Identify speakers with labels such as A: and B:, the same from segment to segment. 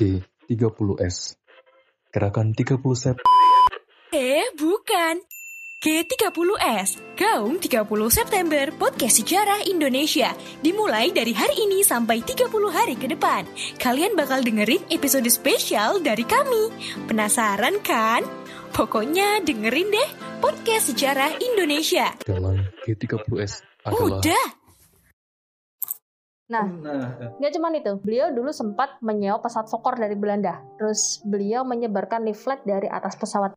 A: G30S. Gerakan 30 set
B: Eh, bukan. G30S, Gaung 30 September Podcast Sejarah Indonesia. Dimulai dari hari ini sampai 30 hari ke depan. Kalian bakal dengerin episode spesial dari kami. Penasaran kan? Pokoknya dengerin deh Podcast Sejarah Indonesia.
A: dalam G30S adalah
B: Udah,
C: Nah, nggak cuman itu. Beliau dulu sempat menyewa pesawat Fokker dari Belanda. Terus beliau menyebarkan leaflet dari atas pesawat.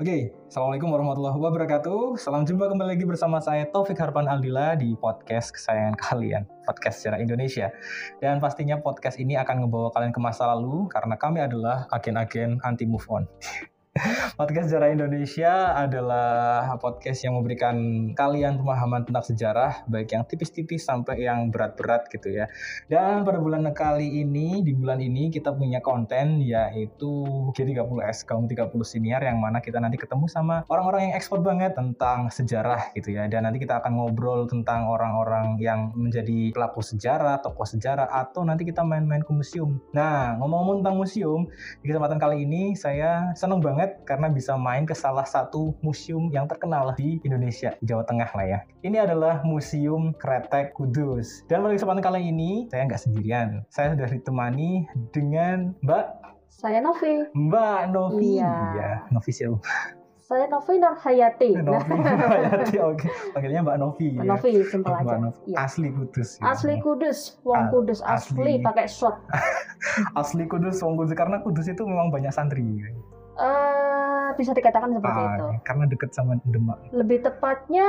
D: Oke, Assalamualaikum warahmatullahi wabarakatuh. Salam jumpa kembali lagi bersama saya Taufik Harpan Aldila di podcast kesayangan kalian, podcast sejarah Indonesia. Dan pastinya podcast ini akan ngebawa kalian ke masa lalu karena kami adalah agen-agen anti move on. Podcast Sejarah Indonesia adalah podcast yang memberikan kalian pemahaman tentang sejarah, baik yang tipis-tipis sampai yang berat-berat gitu ya. Dan pada bulan kali ini, di bulan ini kita punya konten yaitu G30S, kaum 30 senior yang mana kita nanti ketemu sama orang-orang yang expert banget tentang sejarah gitu ya. Dan nanti kita akan ngobrol tentang orang-orang yang menjadi pelaku sejarah, tokoh sejarah, atau nanti kita main-main ke museum. Nah, ngomong-ngomong tentang museum, di kesempatan kali ini saya senang banget karena bisa main ke salah satu museum yang terkenal di Indonesia, di Jawa Tengah lah ya. Ini adalah Museum Kretek Kudus. Dan pada kesempatan kali ini saya nggak sendirian. Saya sudah ditemani dengan Mbak
C: Saya Novi.
D: Mbak Novi.
C: Iya.
D: Iya, Novi siapa?
C: Saya Novi Nur Hayati. Nah,
D: Novi. Hayati, Oke, panggilnya Mbak Novi.
C: Mbak
D: ya.
C: Nah, Novi simpel
D: Mbak
C: aja.
D: Novi.
C: Iya.
D: Asli Kudus. ya.
C: Asli Kudus, Wong
D: A-
C: Kudus asli
D: Ah, asli.
C: pakai shot.
D: Asli Kudus, Wong Kudus. Karena Kudus itu memang banyak santri.
C: Eh, bisa dikatakan seperti
D: Ah,
C: itu.
D: karena deket sama Demak.
C: Lebih tepatnya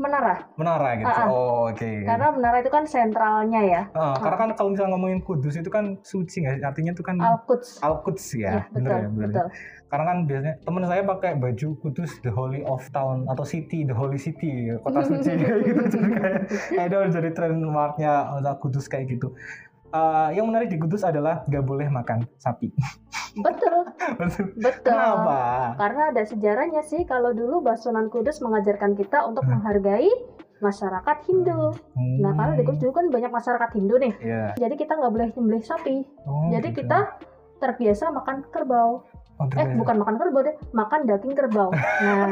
C: menara,
D: Menara gitu.
C: Ah, ah.
D: Oh, oke.
C: karena menara itu kan sentralnya ya,
D: Ah, karena kan kalau misalnya ngomongin Kudus itu kan suci nggak sih? Artinya itu kan
C: Al Quds.
D: Al-Quds
C: Iya,
D: ya,
C: betul,
D: bener ya, bener.
C: betul.
D: Karena kan biasanya teman saya pakai baju Kudus The Holy of Town atau City The Holy City, kota suci kayak gitu jadi kayak kayak itu harus jadi trademarknya kota Kudus kayak gitu. Eh, yang menarik di Kudus adalah nggak boleh makan sapi.
C: Betul,
D: Betul.
C: betul.
D: Kenapa?
C: Karena ada sejarahnya sih, kalau dulu Basunan Kudus mengajarkan kita untuk
D: Hmm.
C: menghargai masyarakat Hindu. Nah, karena di
D: Hmm.
C: Kudus dulu kan banyak masyarakat Hindu nih.
D: Iya.
C: Jadi kita nggak boleh nyembelih sapi.
D: Oh,
C: Jadi
D: gitu.
C: kita terbiasa makan kerbau. Eh,
D: Oh, terbiasa.
C: bukan makan kerbau deh, makan daging kerbau. Nah,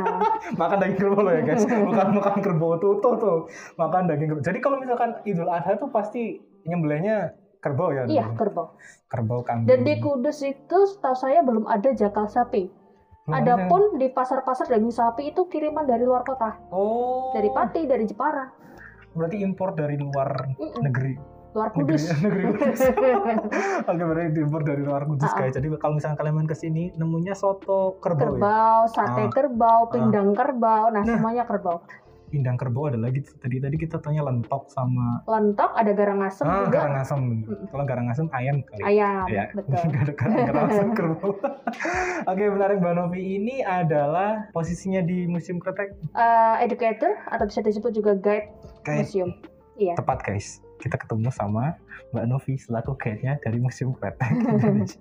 D: makan daging kerbau loh ya guys bukan makan kerbau tuh tuh tuh makan daging kerbau jadi kalau misalkan idul adha tuh pasti nyembelihnya kerbau ya
C: iya kerbau.
D: kerbau Hmm. kambing
C: Dan di Kudus itu setahu saya belum ada jakal sapi.
D: Loh,
C: Adapun di pasar-pasar daging sapi itu kiriman dari luar kota,
D: oh
C: dari Pati, dari Jepara,
D: berarti impor dari luar
C: Mm-mm,
D: negeri
C: luar
D: negeri
C: Kudus.
D: negeri kudus oke berarti diimpor dari luar kudus
C: Ah, ah.
D: guys jadi kalau misalkan kalian main ke sini nemunya soto kerbau, ya
C: kerbau, sate
D: Ah.
C: kerbau, pindang kerbau, nah
D: Nah.
C: semuanya kerbau.
D: pindang kerbau ada lagi tuh. tadi tadi kita tanya lentok sama
C: Lentok ada garang asem
D: ah,
C: juga,
D: garang asem
C: Mm-mm.
D: kalau garang asem ayam kali
C: ayam,
D: Ya,
C: betul.
D: nggak ada kan nggak langsung ke rumah. Oke, menarik Mbak Novi ini adalah posisinya di Museum Kretek.
C: Eh, educator atau bisa disebut juga guide
D: Guys,
C: museum. Iya.
D: tepat guys. Kita ketemu sama Mbak Novi selaku guide-nya dari Museum Kretek. Indonesia.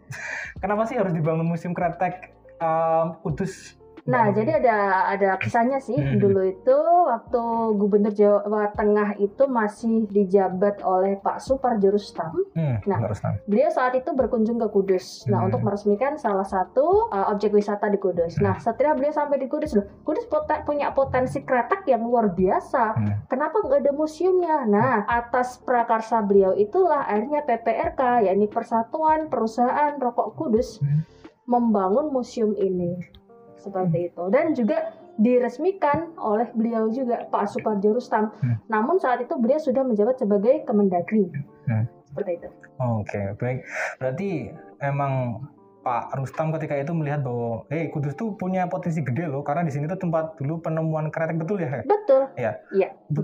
D: Kenapa sih harus dibangun Museum Kretek um, Kudus? Mbak
C: Nah,
D: Novi?
C: jadi ada ada kisahnya sih
D: iya. Hmm.
C: dulu itu waktu Gubernur Jawa Tengah itu masih dijabat oleh Pak Suparjurustam. nah.
D: hmm, nah, harus tahu.
C: Beliau saat itu berkunjung ke Kudus. Nah,
D: Hmm.
C: untuk meresmikan salah satu uh, objek wisata di Kudus.
D: Hmm.
C: Nah, setelah beliau sampai di Kudus, loh, Kudus pote- punya potensi kretek yang luar biasa.
D: Hmm.
C: Kenapa nggak ada museumnya? Nah, atas prakarsa beliau itulah akhirnya PPRK, yakni Persatuan Perusahaan Rokok Kudus,
D: Hmm.
C: membangun museum ini.
D: Hmm.
C: Seperti itu. Dan juga diresmikan oleh beliau juga Pak Suparjo Rustam.
D: Hmm.
C: Namun saat itu beliau sudah menjabat sebagai Kemendagri.
D: Hmm.
C: Seperti itu.
D: Oke, baik. Berarti emang Pak Rustam ketika itu melihat bahwa, eh Kudus tuh punya potensi gede loh, karena di sini tuh tempat dulu penemuan kretek betul ya?
C: Betul.
D: itu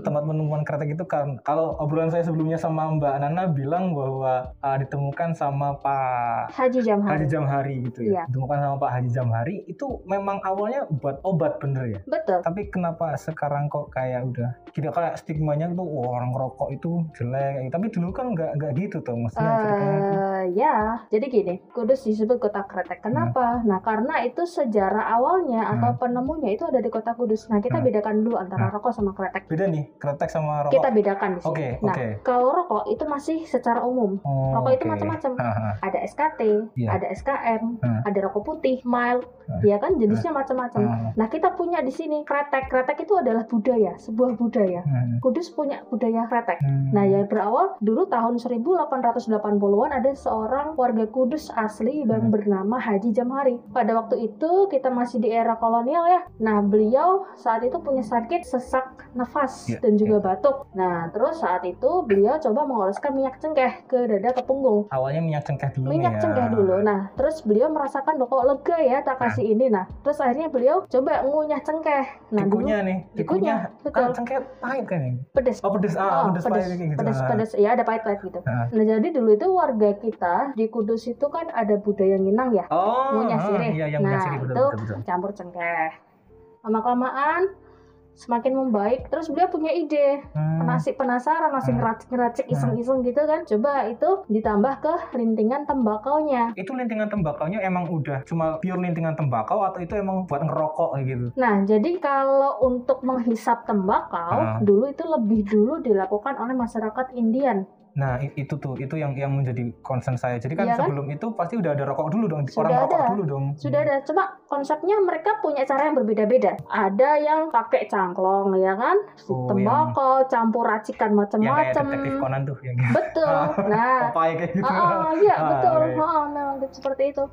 C: Hmm.
D: tempat penemuan kretek itu kan kalau obrolan saya sebelumnya sama Mbak Nana bilang bahwa ah, ditemukan sama Pak
C: Haji Jamhari.
D: Haji Jamhari gitu ya.
C: Nah. Iya.
D: Ditemukan sama Pak Haji Jamhari itu memang awalnya buat obat bener ya.
C: Betul.
D: Tapi kenapa sekarang kok kayak udah tidak kayak stigmanya tuh "Wah, orang ngerokok itu Iya, jelek. Tapi dulu kan nggak nggak gitu tuh maksudnya gitu ceritanya tuh.
C: Eh ya, jadi Eh, gini, Kudus disebut kota kota Kretek. Kenapa?
D: Hmm.
C: Nah, karena itu sejarah awalnya atau penemunya itu ada di kota Kudus. Nah, kita
D: Hmm.
C: bedakan dulu antara
D: Hmm.
C: rokok sama kretek.
D: Beda nih, kretek sama rokok.
C: Kita bedakan di sini.
D: Oke,
C: nah,
D: oke.
C: kalau rokok itu masih secara umum.
D: Oh,
C: Nah, Rokok itu
D: oke.
C: macam-macam.
D: Haha.
C: Ada SKT,
D: Nah. Iya.
C: ada SKM,
D: Hmm.
C: ada rokok putih, mild,
D: Hmm.
C: ya kan jenisnya macam-macam.
D: Haha.
C: Nah, kita punya di sini kretek. Kretek itu adalah budaya, sebuah budaya.
D: Hmm.
C: Kudus punya budaya kretek.
D: Hmm.
C: Nah, yang berawal dulu tahun 1880-an ada seorang warga Kudus asli yang
D: Hmm.
C: bernama Haji Jamhari. Pada waktu itu kita masih di era kolonial ya. Nah, beliau saat itu punya sakit sesak nafas
D: Iya,
C: dan juga batuk. Nah, terus saat itu beliau coba mengoleskan minyak cengkeh ke dada ke punggung
D: Awalnya minyak cengkeh dulu
C: minyak
D: nih ya.
C: cengkeh dulu. Nah, terus beliau merasakan loh kok lega ya tak kasih ini. Nah, terus akhirnya beliau coba ngunyah cengkeh. Nah,
D: dikunyah nih,
C: dulu dikunyah, betul.
D: Kan cengkeh pahit kan ini?
C: pedes.
D: Oh pedes, ah,
C: Oh,
D: pedes,
C: pedes,
D: pahit kayak gitu.
C: pedes,
D: Ah.
C: pedes. ya ada pahit-pahit gitu.
D: Ah.
C: Nah, jadi dulu itu warga kita di Kudus itu kan ada budaya nginang ya,
D: Oh,
C: ngunyah
D: ah,
C: sirih.
D: Iya, yang
C: Nah,
D: minyak sirih betul,
C: itu-
D: betul, betul.
C: campur cengkeh. Lama-kelamaan semakin membaik, terus beliau punya ide,
D: Hmm.
C: nasi penasaran, nasi
D: Hmm.
C: ngeracik-ngeracik,
D: Hmm.
C: iseng-iseng gitu kan. Coba itu ditambah ke lintingan tembakaunya.
D: Itu lintingan tembakaunya emang udah cuma pure lintingan tembakau atau itu emang buat ngerokok gitu?
C: Nah, jadi kalau untuk menghisap
D: Ah.
C: tembakau, dulu itu lebih dulu dilakukan oleh masyarakat Indian.
D: Nah i- itu tuh itu yang yang menjadi concern saya. Jadi kan
C: Iya kan?
D: sebelum itu pasti udah ada rokok dulu dong,
C: Sudah
D: orang rokok
C: ada.
D: dulu dong.
C: Sudah ada, cuma konsepnya mereka punya cara yang berbeda-beda. Ada yang pakai cangklong, ya kan?
D: Oh,
C: tembakau, campur racikan
D: yang kayak
C: macam-macam.
D: detektif Conan tuh yang kayak
C: Betul.
D: Ah.
C: Nah,
D: Popeye kayak gitu.
C: Ah, ah, iya
D: Ah,
C: betul. Ah,
D: oke.
C: ah, memang gitu, seperti itu.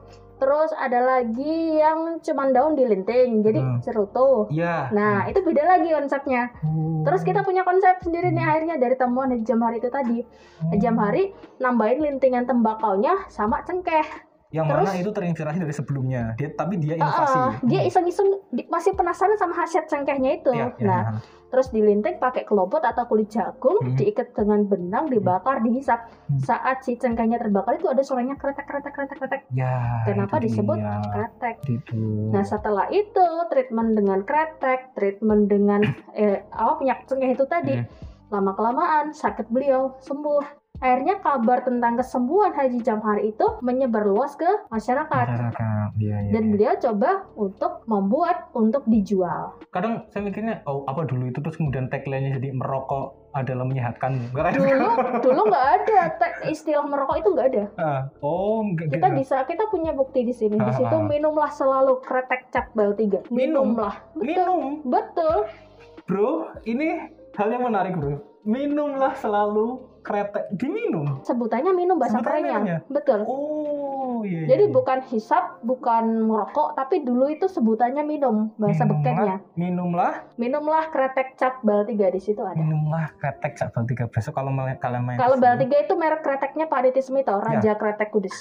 C: Terus ada lagi yang cuman daun dilinting, jadi
D: Hmm.
C: cerutu.
D: Iya.
C: Nah, itu beda lagi konsepnya.
D: Oh.
C: Terus kita punya konsep sendiri nih akhirnya dari temuan di jam hari itu tadi.
D: Oh.
C: Jam hari nambahin lintingan tembakaunya sama cengkeh.
D: yang
C: terus-
D: mana itu terinspirasi dari sebelumnya. Dia tapi
C: Ah,
D: dia inovasi. Hmm.
C: ah, dia iseng-iseng di- masih penasaran sama khasiat cengkehnya itu.
D: Iya, iya,
C: nah,
D: iya.
C: terus dilinting pakai kelopot atau kulit jagung,
D: Hmm.
C: diikat dengan benang, dibakar, dihisap.
D: Hmm.
C: Saat si cengkehnya terbakar itu ada suaranya kretek kretek kretek kretek.
D: Ya,
C: Kenapa
D: itu
C: disebut
D: dia.
C: kretek?
D: itu.
C: Nah setelah itu treatment dengan kretek, treatment dengan eh, apa minyak cengkeh itu tadi
D: Hmm.
C: lama kelamaan sakit beliau sembuh. Akhirnya kabar tentang kesembuhan Haji Jamhari itu menyebar luas ke masyarakat.
D: Masyarakat. Iya, iya,
C: Dan
D: iya.
C: beliau coba untuk membuat untuk dijual.
D: kadang saya mikirnya oh apa dulu itu terus kemudian tagline-nya jadi merokok adalah menyehatkan enggak kan
C: Dulu dulu nggak ada te- istilah merokok itu nggak ada.
D: Ah, oh enggak
C: Kita
D: gitu.
C: bisa kita punya bukti di sini. Di
D: Ah.
C: situ minumlah selalu kretek cap bal tiga.
D: Minum?
C: Minumlah. Betul.
D: minum
C: Betul.
D: bro ini hal yang menarik bro minumlah selalu kretek diminum
C: Sebutannya minum bahasa
D: Sebutannya minum ya?
C: kerennya. Betul.
D: oh iya iya,
C: Jadi
D: iya.
C: bukan hisap, bukan merokok, tapi dulu itu sebutannya minum bahasa
D: Minumlah-
C: bekennya.
D: minumlah
C: Minumlah kretek cap bal tiga di situ ada.
D: minumlah kretek cak bal tiga besok kalau mal- kalian main
C: Kalau
D: kesini,
C: bal tiga itu merek kreteknya Pak Aditi Smito,
D: Ya.
C: Raja Kretek Kudus.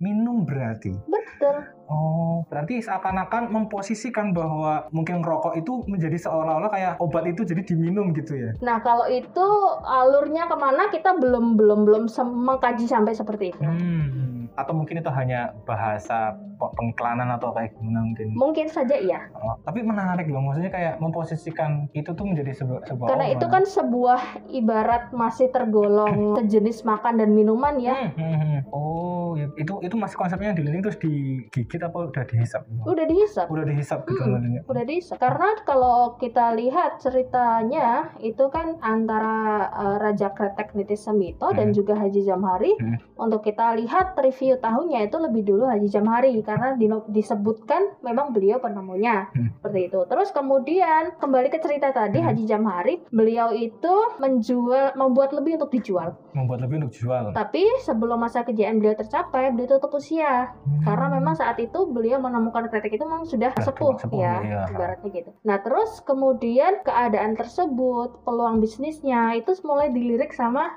D: minum berarti
C: Betul.
D: oh berarti seakan-akan memposisikan bahwa mungkin rokok itu menjadi seolah-olah kayak obat itu jadi diminum gitu ya
C: Nah kalau itu alurnya kemana kita belum belum belum sem- mengkaji sampai seperti itu.
D: Hmm, atau mungkin itu hanya bahasa pe- pengiklanan atau kayak gimana mungkin.
C: Mungkin saja iya,
D: Oh, tapi menarik loh, maksudnya kayak memposisikan itu tuh menjadi sebuah sebuah
C: karena
D: obat.
C: itu kan sebuah ibarat masih tergolong sejenis makan dan minuman ya.
D: Hmm, hmm, hmm. Oh, ya, itu itu masih konsepnya dililing terus digigit apa udah dihisap?
C: Udah dihisap.
D: Udah dihisap gitu
C: Mm-mm.
D: malingnya.
C: udah bisa karena kalau kita lihat ceritanya itu kan antara eh, Raja Kretek Nitis Semito dan
D: Hmm.
C: juga Haji Jamhari
D: Hmm.
C: untuk kita lihat review tahunnya itu lebih dulu Haji Jamhari karena dino- disebutkan memang beliau penemunya
D: Hmm.
C: seperti itu terus kemudian kembali ke cerita tadi
D: Hmm.
C: Haji Jamhari beliau itu menjual membuat lebih untuk dijual
D: Membuat lebih untuk jual.
C: tapi sebelum masa kejayaan beliau tercapai beliau tutup usia
D: Hmm.
C: karena memang saat itu beliau menemukan kretek itu memang sudah
D: Sudah
C: sepuh,
D: sepuh,
C: ya
D: iya.
C: ibaratnya gitu. Nah terus kemudian keadaan tersebut peluang bisnisnya itu mulai dilirik sama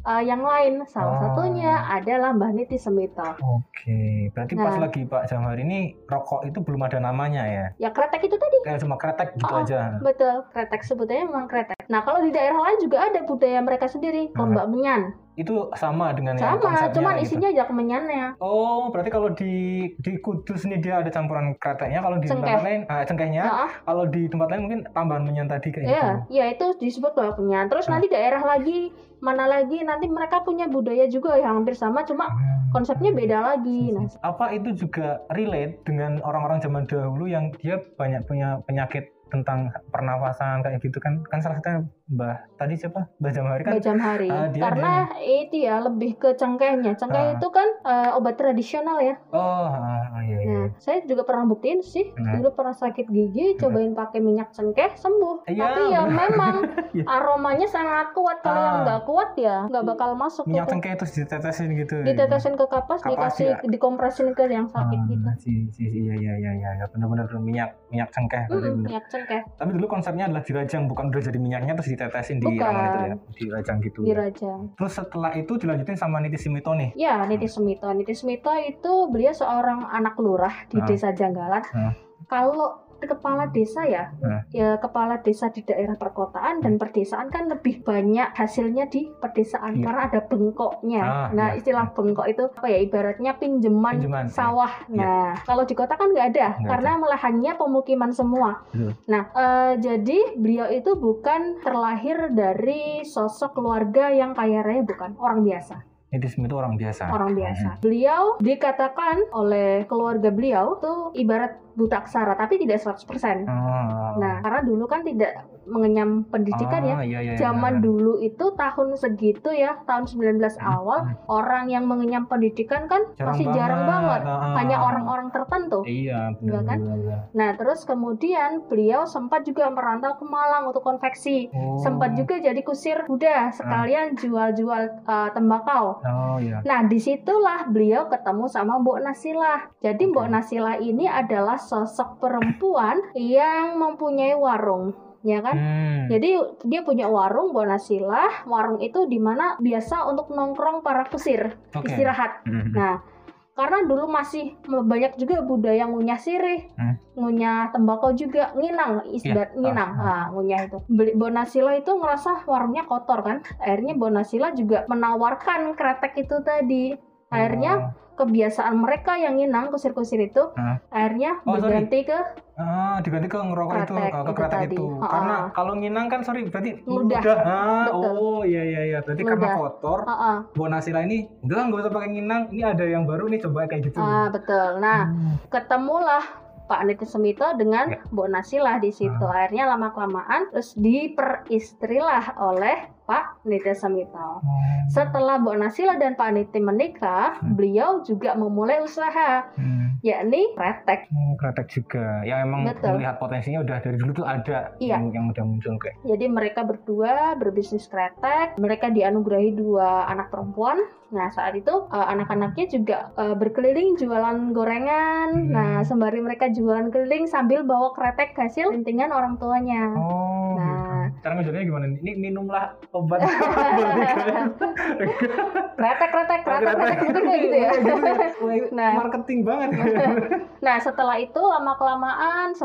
C: eh, yang lain salah
D: Ah.
C: satunya adalah Mbah Niti Semito.
D: Oke, berarti pas
C: Nah.
D: lagi Pak Jamhari ini rokok itu belum ada namanya ya?
C: Ya kretek itu tadi
D: Kayak cuma kretek gitu
C: Oh,
D: aja.
C: betul kretek sebetulnya memang kretek. Nah kalau di daerah lain juga ada budaya mereka sendiri
D: Hmm.
C: kelombak menyan.
D: Itu sama dengan yang
C: Sama,
D: konsepnya
C: cuman
D: gitu.
C: isinya aja kemenyannya.
D: Oh, berarti kalau di di Kudus nih dia ada campuran keratanya, kalau di tempat
C: Cengkeh.
D: lain ah, cengkehnya,
C: Heeh.
D: kalau di tempat lain mungkin tambahan menyan tadi kayak
C: Iya,
D: gitu.
C: iya itu disebut kalau kemenyan. Terus
D: Nah.
C: nanti daerah lagi mana lagi nanti mereka punya budaya juga yang hampir sama cuma konsepnya beda
D: Iya,
C: lagi. Nah,
D: Ah. Apa itu juga relate dengan orang-orang zaman dahulu yang dia banyak punya penyakit tentang pernafasan kayak gitu kan? Kan salah satunya Mbah tadi siapa? Mbah Jamhari kan
C: Nggak jam hari.
D: Ah, dia-
C: Karena itu ya lebih ke cengkehnya.
D: Ah.
C: Cengkeh itu kan eh, obat tradisional ya.
D: Oh, ah, ah, iya, iya.
C: Nah, saya juga pernah buktiin sih.
D: Hmm.
C: Dulu pernah sakit gigi,
D: Hmm.
C: cobain pakai minyak cengkeh, sembuh.
D: Iya,
C: Tapi ya
D: benar.
C: memang
D: Iya.
C: aromanya sangat kuat. Kalau
D: Ah. Iya.
C: yang nggak kuat ya nggak bakal masuk.
D: Minyak
C: tuh.
D: cengkeh terus ditetesin gitu.
C: Ditetesin ke kapas,
D: Kapas
C: dikasih
D: ya.
C: dikompresin ke yang sakit gitu.
D: Ah, si, si, si, iya, iya, iya, iya, benar-benar minyak minyak cengkeh.
C: Mm,
D: berarti benar. Iya.
C: minyak cengkeh
D: Tapi dulu konsepnya adalah dirajang, bukan udah jadi minyaknya terus ditetesin di
C: Bukan.
D: ramal itu ya, dirajang gitu.
C: dirajang.
D: Terus setelah itu dilanjutin sama Niti Simito nih.
C: Ya, Niti
D: Hmm.
C: Sumito. Niti Sumito itu beliau seorang anak lurah di
D: Ah.
C: desa Janggalan.
D: Ah.
C: Kalau kepala desa ya,
D: Ah.
C: ya kepala desa di daerah perkotaan dan perdesaan kan lebih banyak hasilnya di perdesaan
D: Hmm. Iya.
C: karena ada bengkoknya.
D: Ah,
C: nah,
D: iya.
C: istilah bengkok itu apa ya? Ibaratnya pinjeman,
D: Pinjaman, iya.
C: sawah.
D: Iya.
C: Nah, kalau di kota kan nggak ada
D: Nggak Iya.
C: karena lahannya pemukiman semua.
D: Betul.
C: Nah, eh, jadi beliau itu bukan terlahir dari sosok keluarga yang kaya raya, bukan orang biasa
D: Niti Simito orang biasa.
C: orang biasa. Beliau dikatakan oleh keluarga beliau tuh ibarat buta aksara tapi tidak 100%.
D: Ah.
C: Nah, karena dulu kan tidak mengenyam pendidikan ya.
D: Ah, iya, iya, iya,
C: Zaman
D: benar.
C: dulu itu tahun segitu ya, tahun 19 awal
D: Hmm.
C: orang yang mengenyam pendidikan kan masih jarang banget.
D: Ah.
C: Hanya orang-orang tertentu.
D: Iya, benar
C: Enggak kan?
D: benar, benar.
C: Nah, terus kemudian beliau sempat juga merantau ke Malang untuk konveksi.
D: Oh.
C: Sempat juga jadi kusir Buddha sekalian jual-jual eh, tembakau.
D: Oh, iya.
C: Nah, disitulah beliau ketemu sama Mbok Nasilah. Jadi Mbok
D: Oke.
C: Nasilah ini adalah sosok perempuan yang mempunyai warung, ya kan?
D: Hmm.
C: Jadi dia punya warung Mbok Nasilah. Warung itu di mana biasa untuk nongkrong para kusir,
D: Oke.
C: istirahat.
D: Hmm.
C: Nah, karena dulu masih banyak juga budaya ngunyah sirih,
D: Hmm.
C: ngunyah tembakau juga, nginang, isbat
D: Iya,
C: nginang,
D: ah,
C: ah, ngunyah itu. Beli Bonasila itu ngerasa warungnya kotor kan, akhirnya Bonasila juga menawarkan kretek itu tadi.
D: Oh.
C: Akhirnya kebiasaan mereka yang nginang kusir-kusir itu,
D: Ah.
C: akhirnya
D: Oh, sorry.
C: berganti ke
D: Ah, diganti ke ngerokok itu, eh,
C: Kretek
D: ke
C: itu
D: kretek
C: tadi.
D: itu.
C: Ah,
D: Karena
C: ah.
D: kalau nginang kan sorry, berarti
C: Ludah.
D: Ah,
C: Betul.
D: oh iya iya iya. Berarti karena
C: Ludah.
D: kotor,
C: Ah, ah.
D: Bonasila ini enggak enggak usah pakai nginang. Ini ada yang baru nih coba kayak gitu.
C: Ah, betul. Nah,
D: Hmm.
C: ketemulah Pak Niti Sumito dengan
D: Ya.
C: Bu Nasilah di situ.
D: Ah.
C: Akhirnya lama kelamaan terus diperistrilah oleh Pak Niti Sumito. Setelah Bu Nasilah dan Pak Niti menikah,
D: Hmm.
C: beliau juga memulai usaha
D: Hmm.
C: yakni kretek.
D: Hmm, kretek juga. Ya emang
C: Betul.
D: melihat potensinya udah dari dulu tuh ada
C: Iya.
D: yang, yang udah muncul kayak.
C: Jadi mereka berdua berbisnis kretek. Mereka dianugerahi dua anak perempuan. Nah saat itu eh, anak-anaknya juga eh, berkeliling jualan gorengan.
D: Hmm.
C: Nah sembari mereka jualan keliling sambil bawa kretek hasil lintingan orang tuanya.
D: Oh,
C: Nah.
D: gitu. Cara ngejadinya gimana? nih? Ini minumlah obat. Berarti kalian-
C: kretek kretek kretek kretek mungkin kayak gitu ya
D: Oh, Gitu ya. Wah, ini
C: Nah.
D: Marketing banget.
C: nah setelah itu lama kelamaan 10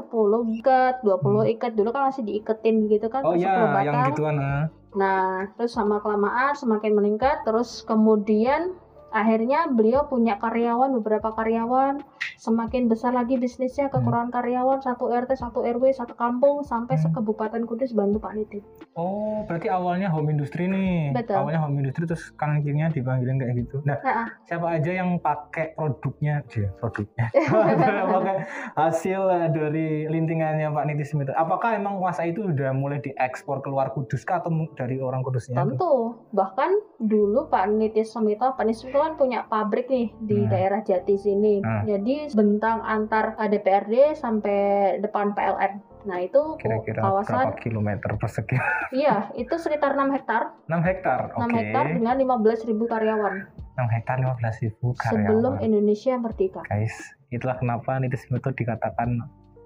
C: ikat 20 ikat dulu kan masih diiketin gitu kan
D: Hmm. Oh
C: terus
D: iya,
C: 10 batang
D: yang gituan. ah.
C: nah terus sama kelamaan semakin meningkat terus kemudian akhirnya beliau punya karyawan beberapa karyawan semakin besar lagi bisnisnya kekurangan karyawan satu RT satu RW satu kampung sampai
D: Hmm.
C: sekebupaten Kudus Bantu Pak Niti
D: Oh, berarti awalnya home industry nih.
C: Betul.
D: Awalnya home industry terus kanan kirinya dipanggilin kayak gitu. Nah,
C: Nah, ah.
D: siapa aja yang pakai produknya? Dia produknya. Siapa aja yang pakai hasil eh, dari lintingannya Pak Niti Smith. Apakah emang kuasa itu udah mulai diekspor keluar Kudus kah atau mu- dari orang Kudusnya? tuh?
C: Tentu, bahkan dulu Pak Niti Sumito, Pak Niti Sumito kan punya pabrik nih di
D: Hmm.
C: daerah Jati sini.
D: Hmm.
C: Jadi bentang antar eh, DPRD sampai depan PLN. Nah itu
D: Kira-kira berapa
C: kawasan,
D: kilometer persegi?
C: iya itu sekitar 6 hektar,
D: 6 hektar.
C: 6
D: Oke.
C: hektar dengan 15.000 karyawan
D: 6 hektar 15 ribu karyawan.
C: sebelum Indonesia merdeka.
D: Guys, itulah kenapa Niti Smith dikatakan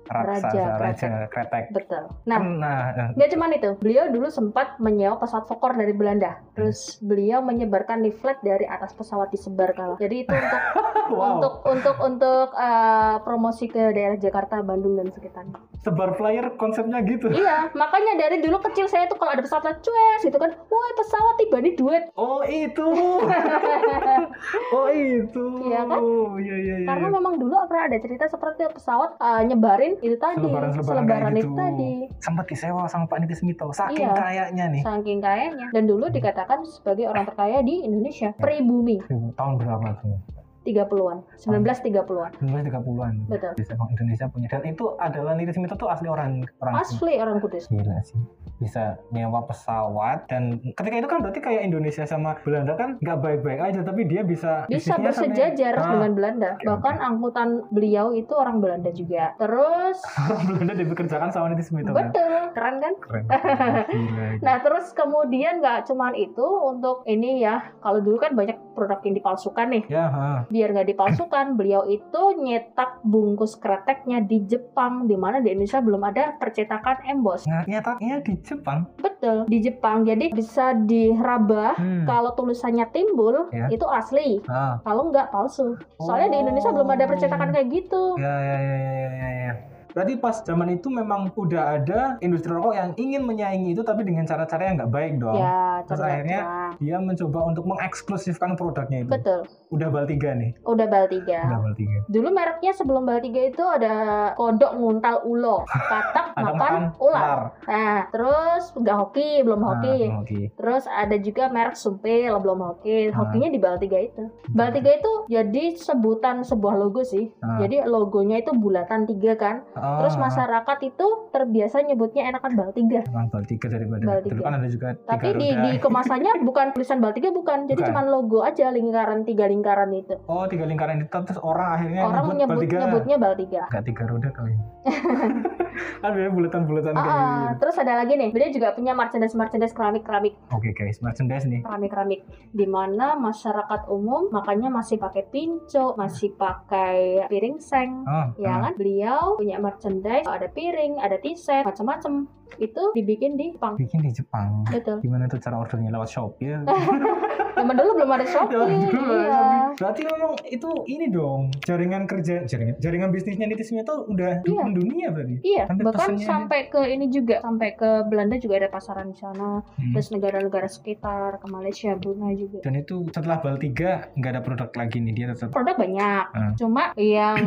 D: raksasa raja,
C: Raja,
D: kretek.
C: betul.
D: Nah,
C: Nah, Nggak cuma itu, beliau dulu sempat menyewa pesawat Fokker dari Belanda. Terus beliau menyebarkan leaflet dari atas pesawat disebarkan. Jadi
D: Nah.
C: itu untuk
D: wow,
C: untuk untuk untuk eh, promosi ke daerah Jakarta, Bandung dan sekitarnya.
D: sebar flyer konsepnya gitu.
C: iya, makanya dari dulu kecil saya tuh kalau ada pesawat lewat, cues gitu kan, woi pesawat tiba di duet.
D: Oh itu, oh itu.
C: Iya kan?
D: Iya iya iya.
C: Karena memang dulu pernah ada cerita seperti pesawat eh, nyebarin itu tadi,
D: Selebaran-selebaran
C: selebaran
D: kayak
C: itu
D: gitu.
C: tadi.
D: Sempat disewa sama Pak Niti Smito, saking
C: Iya.
D: kayaknya nih.
C: Saking kayanya. Dan dulu dikatakan sebagai orang terkaya di Indonesia. Pribumi,
D: Tahun berapa tuh?
C: 30-an. 1930-an.
D: 1930-an.
C: Betul.
D: Bisa emang Indonesia punya. Dan itu adalah Niti Smito tuh asli orang orang
C: Asli orang Kudus.
D: Gila sih bisa nyewa pesawat dan ketika itu kan berarti kayak Indonesia sama Belanda kan nggak baik-baik aja tapi dia bisa
C: bisa
D: bisnisnya sampai-
C: bersejajar
D: Ah,
C: dengan Belanda.
D: oke,
C: Bahkan angkutan beliau itu orang Belanda juga. Terus
D: orang Ah, Belanda dipekerjakan sama Niti Smith kan?
C: betul, keren kan?
D: keren Gila.
C: Nah terus kemudian nggak cuman itu untuk ini ya kalau dulu kan banyak produk yang dipalsukan nih.
D: ya ha.
C: Biar nggak dipalsukan, beliau itu nyetak bungkus kreteknya di Jepang, di mana di Indonesia belum ada percetakan emboss.
D: Nah, nyetaknya di Jepang
C: Betul, di Jepang. Jadi bisa diraba.
D: hmm.
C: Kalau tulisannya timbul,
D: Ya.
C: itu asli.
D: ah.
C: Kalau nggak palsu. Soalnya di Indonesia belum ada percetakan kayak gitu.
D: ya ya ya ya ya, ya, ya. Berarti pas zaman itu memang udah ada industri rokok yang ingin menyaingi itu tapi dengan cara-cara yang nggak baik dong.
C: Ya,
D: Iya. Terus
C: cerdas
D: akhirnya-
C: banget.
D: Dia mencoba untuk mengeksklusifkan produknya itu.
C: betul.
D: Udah bal tiga nih.
C: Udah bal tiga.
D: Udah bal tiga.
C: Dulu mereknya sebelum bal tiga itu ada kodok nguntal ulo, katak
D: Ada
C: makan ular. Nah, terus nggak hoki, belum hoki.
D: Ah, hoki.
C: Terus ada juga merek sumpil, belum hoki.
D: Ah.
C: Hokinya di bal tiga itu. Bal tiga itu jadi sebutan sebuah logo sih.
D: Ah.
C: Jadi logonya itu bulatan tiga kan.
D: Ah,
C: Terus masyarakat itu terbiasa nyebutnya enakan bal tiga.
D: ah, bal tiga daripada
C: Bal
D: dulu
C: tiga.
D: kan ada juga tiga
C: Tapi di,
D: roda.
C: di kemasannya bukan tulisan bal tiga bukan. Jadi
D: Bukan.
C: cuma logo aja lingkaran tiga lingkaran itu.
D: Oh tiga lingkaran itu terus orang akhirnya
C: orang
D: Eh, nyebut bal
C: menyebut
D: tiga.
C: nyebutnya bal tiga.
D: Nggak tiga roda kali. kan biasanya bulatan-bulatan
C: Ah,
D: kayak
C: ah.
D: gitu.
C: terus ada lagi nih, beliau juga punya merchandise merchandise keramik keramik
D: Oke guys, merchandise nih.
C: keramik keramik di mana masyarakat umum makanya masih pakai pinco, masih pakai piring seng.
D: Ah,
C: Ya
D: ah.
C: kan, beliau punya merchandise, ada piring, ada t-shirt, macam-macam. Itu dibikin di Jepang.
D: Bikin di Jepang.
C: Betul.
D: Gimana tuh cara ordernya lewat Shopee? Ya?
C: Zaman dulu belum ada Eh, Shopee.
D: Jalan dulu ya,
C: iya.
D: Shopee. Berarti memang itu ini dong jaringan kerja jaringan jaringan bisnisnya Niti Smito udah
C: Iya.
D: mendunia berarti.
C: Iya,
D: Sampai
C: bahkan
D: pesennya aja.
C: sampai ke ini juga, sampai ke Belanda juga ada pasaran di sana,
D: Hmm.
C: terus negara-negara sekitar, ke Malaysia, Brunei juga.
D: Dan itu setelah Bal 3 nggak ada produk lagi nih dia tetap
C: produk banyak
D: Hmm.
C: cuma yang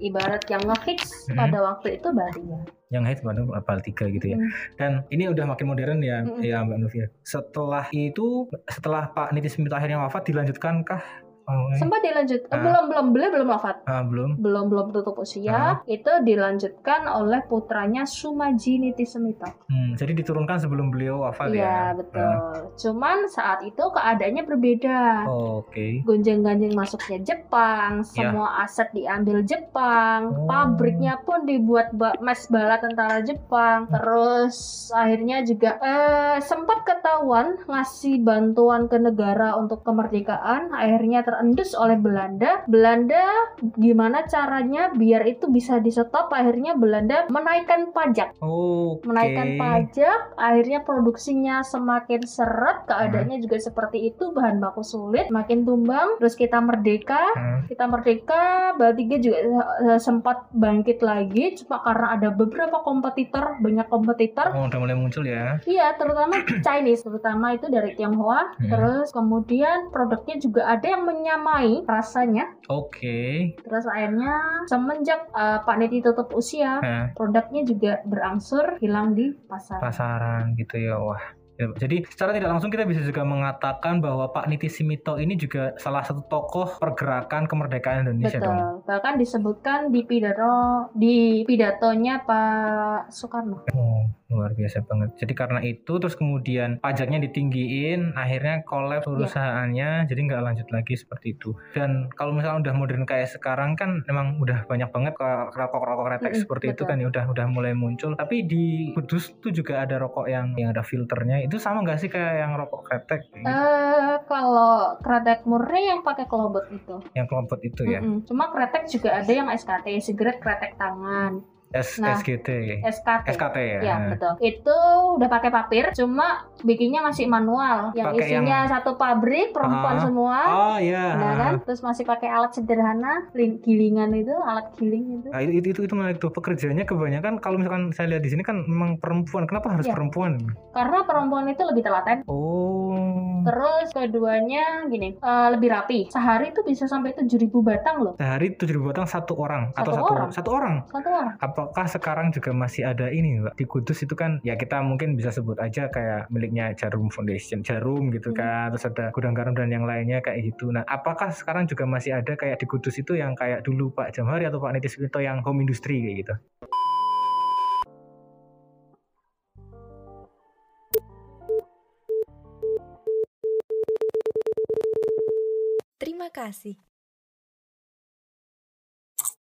C: ibarat yang ngehits
D: Hmm.
C: pada waktu itu barunya
D: yang hits baru Bal 3 gitu ya.
C: Hmm.
D: Dan ini udah makin modern ya
C: Mm-mm.
D: ya Mbak Novia. Setelah itu setelah Pak Niti Smito akhirnya wafat dilanjutkan kah? Oh, eh,
C: sempat dilanjut eh,
D: Ah.
C: belum belum beliau belum wafat
D: ah, belum.
C: belum belum tutup
D: Ah.
C: usia itu dilanjutkan oleh putranya Sumaji Nitisemito
D: Hmm, jadi diturunkan sebelum beliau wafat
C: iya
D: ya.
C: betul
D: Ah,
C: cuman saat itu keadaannya berbeda
D: oh, Oke.
C: gonjang-ganjing masuknya Jepang,
D: Iya.
C: semua aset diambil Jepang,
D: Oh.
C: pabriknya pun dibuat ba- mes bala tentara Jepang.
D: Hmm.
C: Terus akhirnya juga eh, sempat ketahuan ngasih bantuan ke negara untuk kemerdekaan, akhirnya terendus oleh Belanda. Belanda gimana caranya biar itu bisa di stop? Akhirnya Belanda menaikkan pajak
D: Oke.
C: menaikkan pajak, akhirnya produksinya semakin seret, keadaannya
D: Hmm.
C: juga seperti itu, bahan baku sulit, makin tumbang, terus kita merdeka,
D: Hmm.
C: kita merdeka, Baltiga juga eh, sempat bangkit lagi, cuma karena ada beberapa kompetitor, banyak kompetitor,
D: Oh, udah mulai muncul ya.
C: Iya, terutama Chinese, terutama itu dari Tionghoa.
D: Hmm.
C: Terus kemudian produknya juga ada yang menyamai rasanya.
D: Oke.
C: Terus akhirnya semenjak eh, Pak Neti tutup usia,
D: Nah,
C: produknya juga berangsur hilang di pasar.
D: pasaran gitu ya wah Ya, jadi secara tidak langsung kita bisa juga mengatakan bahwa Pak Niti Simito ini juga salah satu tokoh pergerakan kemerdekaan Indonesia
C: Betul. kan
D: dong.
C: Bahkan disebutkan di pidato di pidatonya Pak Soekarno.
D: Oh, luar biasa banget. Jadi karena itu terus kemudian pajaknya ditinggiin, akhirnya kolaps
C: Iya.
D: perusahaannya, jadi nggak lanjut lagi seperti itu. Dan kalau misalnya udah modern kayak sekarang kan emang udah banyak banget ke- rokok-rokok retek
C: Mm-mm,
D: seperti itu
C: betul.
D: kan ya udah udah mulai muncul. Tapi di Kudus tuh juga ada rokok yang yang ada filternya. Itu sama nggak sih kayak yang rokok kretek
C: Eh, kalau kretek murni yang pakai kelobot itu.
D: yang kelompok itu ya?
C: Mm-mm. Cuma kretek juga ada yang SKT, sigaret kretek tangan,
D: S-
C: Nah,
D: SGT.
C: SKT.
D: SKT ya.
C: Ya, betul. Itu udah pakai papir, cuma bikinnya masih manual. Yang
D: Pakai
C: isinya satu pabrik, perempuan
D: Ah.
C: semua.
D: Oh iya.
C: Nah, kan? Terus masih pakai alat sederhana, lin- gilingan itu, alat giling itu.
D: Nah, itu, itu itu menarik tuh pekerjaannya kebanyakan kalau misalkan saya lihat di sini kan memang perempuan. Kenapa harus
C: Iya.
D: perempuan?
C: Karena perempuan itu lebih telaten.
D: Oh.
C: Terus keduanya gini, eh, lebih rapi. Sehari itu bisa sampai 7000 batang loh.
D: Sehari tujuh batang satu orang
C: Satu
D: atau satu
C: orang.
D: satu orang.
C: Satu orang.
D: Apakah sekarang juga masih ada ini, Mbak? Di Kudus itu kan ya kita mungkin bisa sebut aja kayak miliknya Jarum Foundation, Jarum gitu
C: Hmm.
D: kan. Terus ada gudang garam dan yang lainnya kayak gitu. Nah, apakah sekarang juga masih ada kayak di Kudus itu yang kayak dulu Pak Jamhari atau Pak Niti Suwito yang home industry kayak gitu?
B: Terima kasih.